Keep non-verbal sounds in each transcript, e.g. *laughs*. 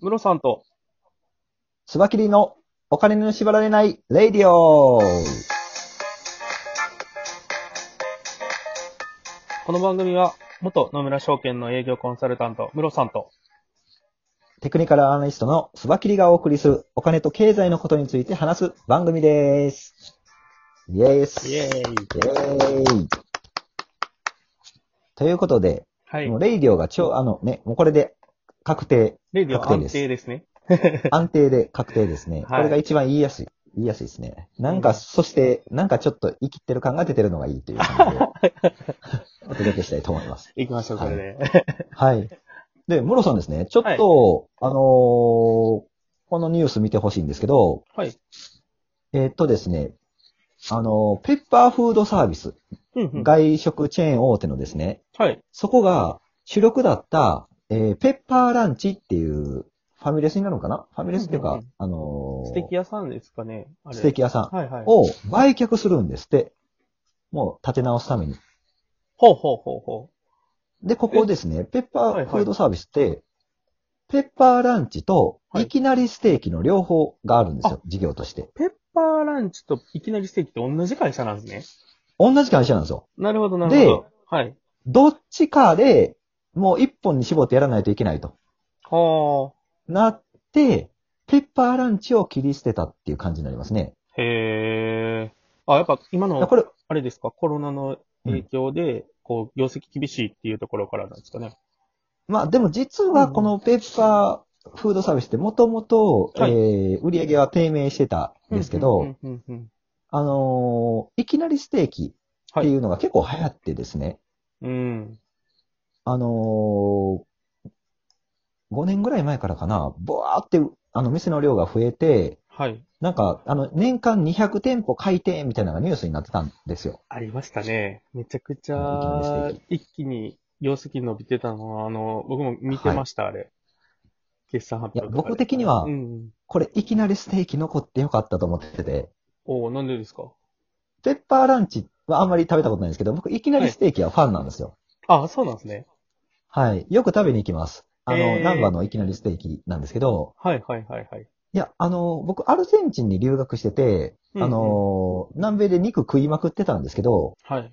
ムロさんと、スバキリのお金に縛られないレイディオこの番組は、元野村証券の営業コンサルタント、ムロさんと、テクニカルアナリストのスバキリがお送りするお金と経済のことについて話す番組です。イエーイスイエーイ。ーイということで、はいもう。レイディオが超、あのね、もうこれで確定、レディは確定安です定ですね。安定で確定ですね。はいこれが一番言いやすい。言いやすいですね。なんうか、んそして、なんかちょっと生きてる感が出てるのがいいという感じで、 *laughs* お届けしたいと思います。行きましょう、これで。はい。で、ムロさんですね、ちょっと、はいあのーこのニュース見てほしいんですけど、はい。えっとですね、あのーペッパーフードサービス、うんうん。外食チェーン大手のですね、はい。そこが主力だった、えーペッパーランチっていう、ファミレスになるのかなファミレスっていうか、うんうんうんあのーステーキ屋さんですかね。あれステーキ屋さんはいはい。ほうを売却するんですって。もう立て直すために。ほうほうほで、ここですね、ペッパはいはいーフードサービスって、ペッパーランチとはいいきなりステーキの両方があるんですよ、あ事業として。う。ペッパーランチといきなりステーキって同じ会社なんですね。同じ会社なんですよ。なるほど、なるほど。はい。どっちかで、もう一本に絞ってやらないといけないとはなって、ペッパーランチを切り捨てたっていう感じになりますね。あ。へえ。あ、やっぱ今だからのこ、れ、あれですか、コロナの影響で、こう、業績厳しいっていうところからなんですかね。まあでも実はこのペッパーフードサービスってもともと、えはいー売り上げは低迷してたんですけど、うんうんうんうんうん。あのーいきなりステーキっていうのが結構流行ってですね、うん。あのー、5年ぐらい前からかな、ぼわーって、あの、店の量が増えて、はい。なんか、あの、年間200店舗開店みたいなのがニュースになってたんですよ。ありましたね。めちゃくちゃ、一気に業績伸びてたのは、あの、僕も見てました、あれ。決算発いや、表とかで。僕的にはう、ん。これいきなりステーキ残ってよかったと思ってて、おおなんでですかペッパーランチはあんまり食べたことないんですけど、僕いきなりステーキはファンなんですよ。あ、そうなんですね。はい。よく食べに行きます。あの、えー難波のいきなりステーキなんですけど、はいはいはいはい。いや、あの、僕アルゼンチンに留学してて、うんうんあの、南米で肉食いまくってたんですけど、はい。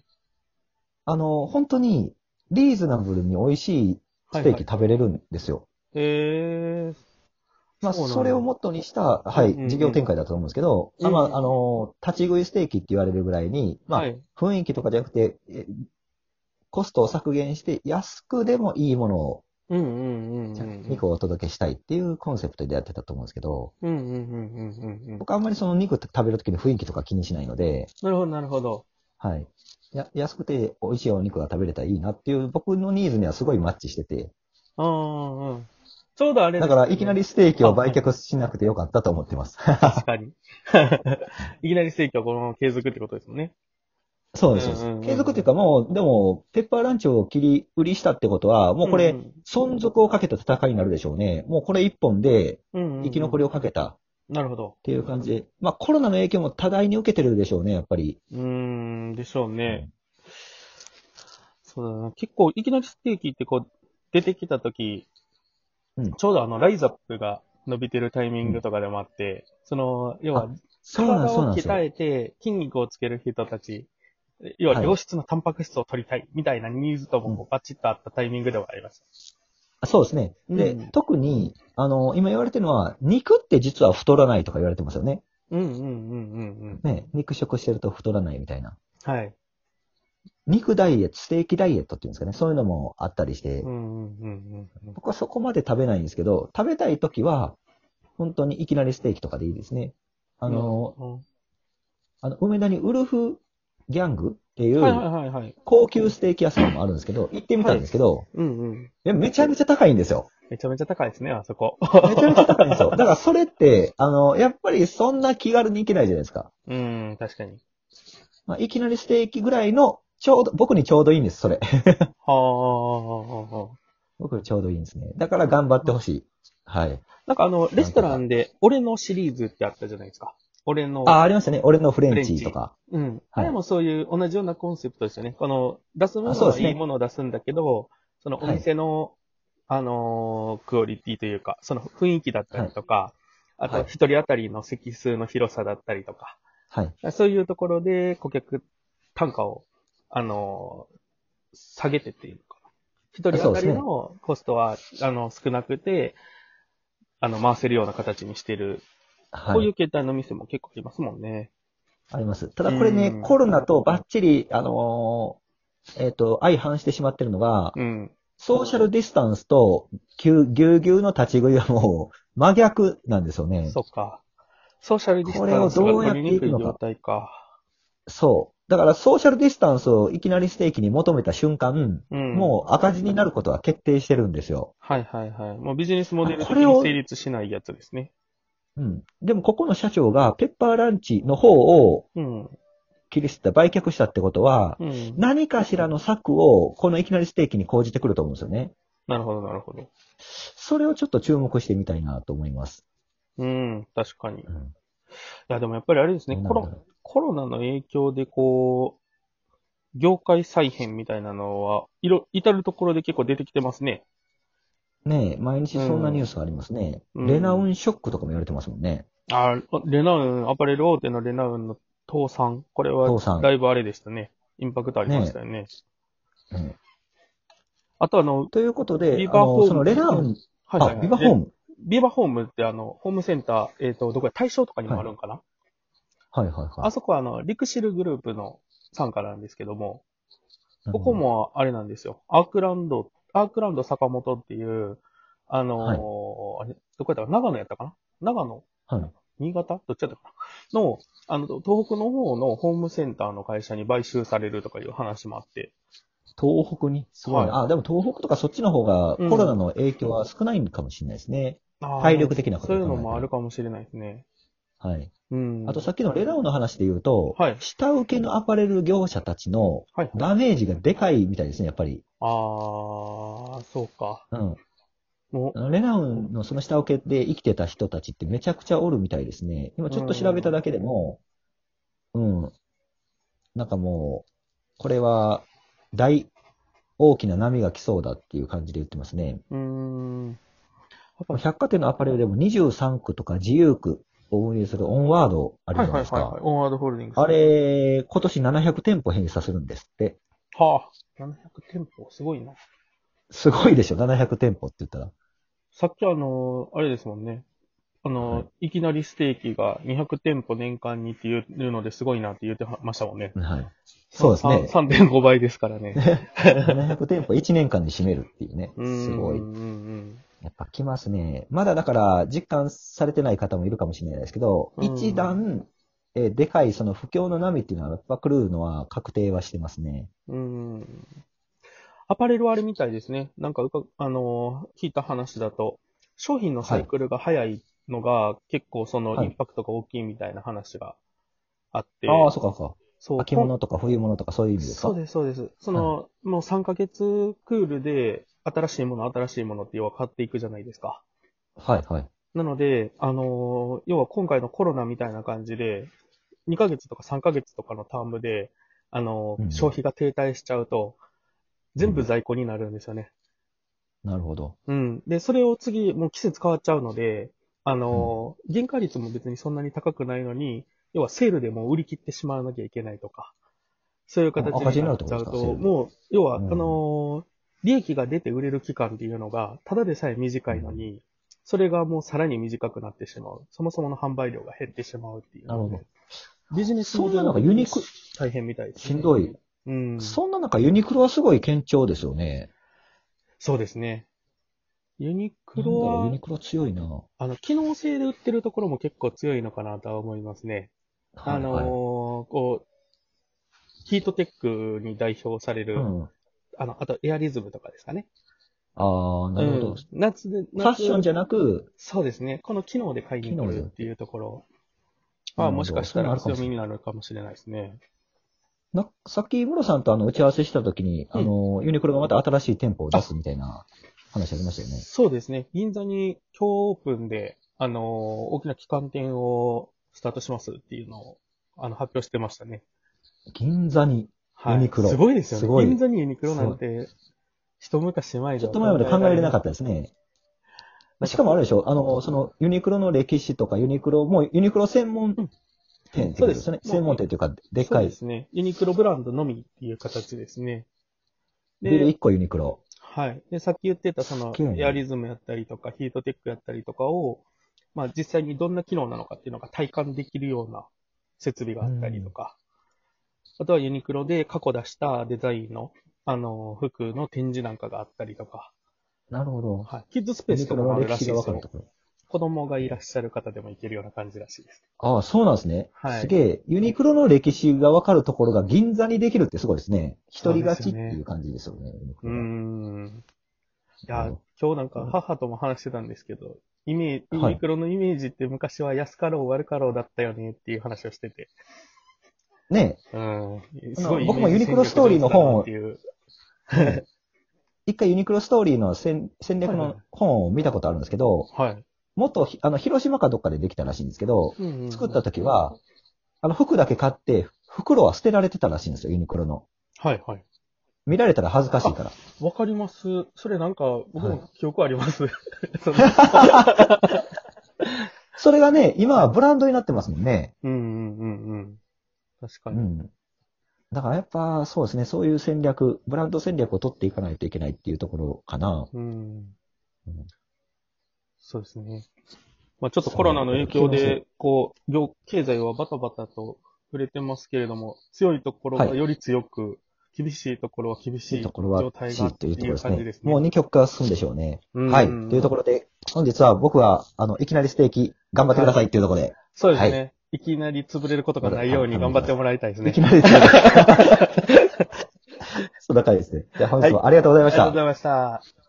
あの、本当にリーズナブルに美味しいステーキ食べれるんですよ。えー、まあ、そうなんだそれをモットーにした、はい、うんうん事業展開だと思うんですけど、うんまあ、あの、立ち食いステーキって言われるぐらいに、まあ、はい。雰囲気とかじゃなくて、えコストを削減して安くでもいいものを、うんうんうんうんうん。肉をお届けしたいっていうコンセプトでやってたと思うんですけど、うんうんうんうんうんうん。僕あんまりその肉食べるときに雰囲気とか気にしないので、なるほどなるほど。はい。や安くて美味しいお肉が食べれたらいいなっていう僕のニーズにはすごいマッチしてて、あーうん。ちょうどあれですだねからいきなりステーキを売却しなくてよかったと思っ *laughs* てます。確 *laughs* かに。いきなりステーキはこのまま継続ってことですもんね。そうですうんうんうん。継続っていうかもう、でも、ペッパーランチを切り売りしたってことは、もうこんれ、ん存続をかけた戦いになるでしょうね。もうこれ一本でうんうん生き残りをかけたっなるほど。ていう感じで、まあコロナの影響も多大に受けてるでしょうね、やっぱり。うーん、でしょうね。そうだな。結構、いきなりステーキってこう、出てきたとき、うんちょうどあの、ライズアップが伸びてるタイミングとかでもあって、その、要は、そうなん体そうなをんですよ鍛。えて筋肉をつける人たち、要ははい良質なタンパク質を取りたいみたいなニーズともこうバチッとあったタイミングではありましそうですね。で、うん特に、あの、今言われてるのは、肉って実は太らないとか言われてますよね。た。うんうんうんうんね、肉食してると太らないみたいな。うん。はい。肉ダイエット、ステーキダイエットっていうんですかね。そういうのもあったりして、うんうんうんうん。僕はそこまで食べないんですけど、食べたいときは、本当にいきなりステーキとかでいいですね。あの、あの、梅田にウルフギャングっていうん、はいはいうはいはい。高級ステーキ屋さんもあるんですけど、行ってみたんですけど、うんうん。いやめちゃめちゃ高いんですよ。めちゃめちゃ高いですね、あそこ。 *laughs* めちゃめちゃ高いんですよ。だからそれって、あの、やっぱりそんな気軽に行けないじゃないですか。うん、確かに。まあ、いきなりステーキぐらいの、ちょうど、僕にちょうどいいんです、それ。 *laughs* はあ。僕にちょうどいいんですね。だから頑張ってほしい。はい。なんかあの、レストランで、俺のシリーズってあったじゃないですか。俺の。あ、ありましたね。俺のフレンチとか。うん。あはいれもそういう同じようなコンセプトですよね。この、出すもあのそうではすねいいものを出すんだけど、そのお店のあのークオリティというか、その雰囲気だったりとか、あと一人当たりの席数の広さだったりとか、はい。そういうところで顧客単価を、あのー下げてっていうのかな。一人当たりのコストは、あの、少なくて、あの、回せるような形にしてる。こはういうい。形態の店も結構いますもんね。あります。ただこれねうん、コロナとバッチリ、あのーえっ、と、相反してしまってるのが、うん。ソーシャルディスタンスとぎゅうぎゅうぎゅうの立ち食いはもう真逆なんですよね。そっか。ソーシャルディスタンスが取りにくい状態か。そう。だからソーシャルディスタンスをいきなりステーキに求めた瞬間、うん。もう赤字になることは決定してるんですよ。はいはいはい。もうビジネスモデル的これにを成立しないやつですね。うん。でもここの社長がペッパーランチの方をうん。切り捨てた、売却したってことは、うん。何かしらの策をこのいきなりステーキに講じてくると思うんですよね。なるほどなるほど。それをちょっと注目してみたいなと思います。うん、確かに。いうんや、でもやっぱりあれですね、コロ、コロナの影響でこう、業界再編みたいなのは、いろ、至るところで結構出てきてますね。ねえ、毎日そんなニュースありますね。うんレナウンショックとかも言われてますもんね。あ、レナウン、アパレル大手のレナウンの倒産。これは父さん。だいぶあれでしたね。インパクトありましたよね。うんあとあの、ということで、ビバホームあのそのレナウン、はいはいあは、い、ビバホーム。ム。ビバホームってあの、ホームセンター、えっ、と、どこや、大正とかにもあるんかな、はいはいはい。あそこはあの、リクシルグループの傘下なんですけども、うんここもあれなんですよ。アークランド、アークランド坂本っていう、あのーはいあれ、どこやったかな長野やったかな長野はい。新潟どっちやったかなの、あの、東北の方のホームセンターの会社に買収されるとかいう話もあって。東北に。すごいな。はあ、でも東北とかそっちの方がうんコロナの影響は少ないのかもしれないですね。あー体力的なことそうをいう考えたらのもあるかもしれないですね。はい。うん。あとさっきのレナウンの話で言うと、はい下請けのアパレル業者たちのはいはい。ダメージがでかいみたいですね、やっぱり。あー、そうか。うん。もあのレナウンのその下請けで生きてた人たちってめちゃくちゃおるみたいですね。今ちょっと調べただけでも、うん。なんかもう、これは大、大きな波が来そうだっていう感じで言ってますね。う、うーん。やっぱ百貨店のアパレルでも23区とか自由区を運営するオンワードあるじはいはいゃないですはいはいか。。オンワードホールディングス。あれ、今年700店舗閉鎖するんですって。はあ、700店舗、すごいな。すごいでしょ、700店舗って言ったら。さっきあの、あれですもんね。あの、、はいきなりステーキが200店舗年間にっていうのですごいなって言ってましたもんね。はい。そうですね。さん3.5倍ですからね。 700店舗1年間に占めるっていうね。 *laughs* すごいうん。うんやっぱ来ますね。まだだから実感されてない方もいるかもしれないですけど、うん一段、えーでかいその不況の波っていうのはやっぱ来るのは確定はしてますね。うん。うん。アパレルはあれみたいですね。なんかうか、あの、聞いた話だと、商品のサイクルが早いのが結構そのはいインパクトが大きいみたいな話があって。ああ、そうかそうか。そう秋物とか冬物とかそういう意味ですかそうです、そうです。その、もう3ヶ月クールで、新しいもの、新しいものって要は買っていくじゃないですか。はいはい。なので、あのー要は今回のコロナみたいな感じで、2ヶ月とか3ヶ月とかのタームで、あのーうん消費が停滞しちゃうと、全部在庫になるんですよね。なるほど。うん。で、それを次、もう季節変わっちゃうので、あのー原価率も別にそんなに高くないのに、要はセールでもう売り切ってしまわなきゃいけないとか、そういう形あ赤字ににななるっってこちゃうとですかと、セールもう、要は、あうんのー利益が出て売れる期間っていうのが、ただでさえ短いのに、それがもうさらに短くなってしまう。そもそもの販売量が減ってしまうっていう。なるほど。ビジネスそんな中ユニク、大変みたいです、しんどい。。うん。そんな中ユニクロはすごい堅調ですよね。そうですね。ユニクなんだロろうはユニ、クロ強いな。あの、機能性で売ってるところも結構強いのかなとは思いますね。あのーはいはいこう、ヒートテックに代表される、うん。あの、あとエアリズムとかですかね。ああ、なるほど。うんフ夏で、夏ァッションじゃなく、そうですね。この機能で買いに来機能でるっていうところは、なるほどもしかしたそういうのあらるか強もしれないみになるかもしれないですね。なさっき、ムロさんとあの打ち合わせしたときに、うんあの、ユニクロがまた新しい店舗を出すみたいな話ありましたよね。そうですね。銀座に今日オープンで、あのー大きな旗艦店をスタートしますっていうのを、あの、発表してましたね。銀座に。はい。ユニクロすごいですよすごね。い銀座にユニクロなんて、一昔前ちじょゃっと前まで考えれなかったですね。なんかしかもあれでしょ、あの、そのユニクロの歴史とか、ユニクロ、もうユニクロ専門店ってことですようんそうね。です専門店というか、でっそうかでい。すね。ユニクロブランドのみっていう形ですね。ビでル1、個ユニクロ。はい。で、さっき言ってたそのすっげえ、なエアリズムやったりとか、ヒートテックやったりとかを、まあ実際にどんな機能なのかっていうのが体感できるような設備があったりとか、あとはユニクロで過去出したデザインの、あの、服の展示なんかがあったりとか、なるほど。はい。キッズスペユースニとクかロもあのるら歴し史いがでわすかるよと。ころ。子供がいらっしゃる方でも行けるような感じらしいです。ああ、そうなんですね。はいすげえ。ユニクロの歴史がわかるところが銀座にできるってすごいですね。一人勝ちっていう感じですよね。ユニクうーロはん。いなやるほど、今日なんか母とも話してたんですけど、イメージ、ユはいニクロのイメージって昔は安かろう悪かろうだったよねっていう話をしてて。ねうん。あの僕もユニクロストーリーの本をっていう。え一回ユニクロストーリーの戦戦略はいはのい本を見たことあるんですけど、はい。元ひ、あの、広島かどっかでできたらしいんですけど、作った時は、あの、服だけ買って、袋は捨てられてたらしいんですよ、ユニクロの。はいはい。見られたら恥ずかしいから。わかります。それなんか、僕はいも記憶あり *laughs* ます。そのそれがね、今はブランドになってますもんね。うんうんうんうん。確かうに。ん。だからやっぱ、そうですね、そういう戦略、ブランド戦略を取っていかないといけないっていうところかな。うんうんそうですね。まあちょっとコロナの影響で、こう、業、経済はバタバタと触れてますけれども、強いところがはいより強く、厳しいところは厳しいいいと状ころは、態しがいというところです感じね。ですね。もう2曲が進んでしょうね。うんはい。というところで、本日は僕は、あの、いきなりステーキ、頑張ってくださいっていうところで、そうですね。いきなり潰れることがないように頑張ってもらいたいですいね。きなりステ *laughs* ーキ。そんな感じですね。じゃあ本日もありがとうございあまりしがとたうご。ざいました。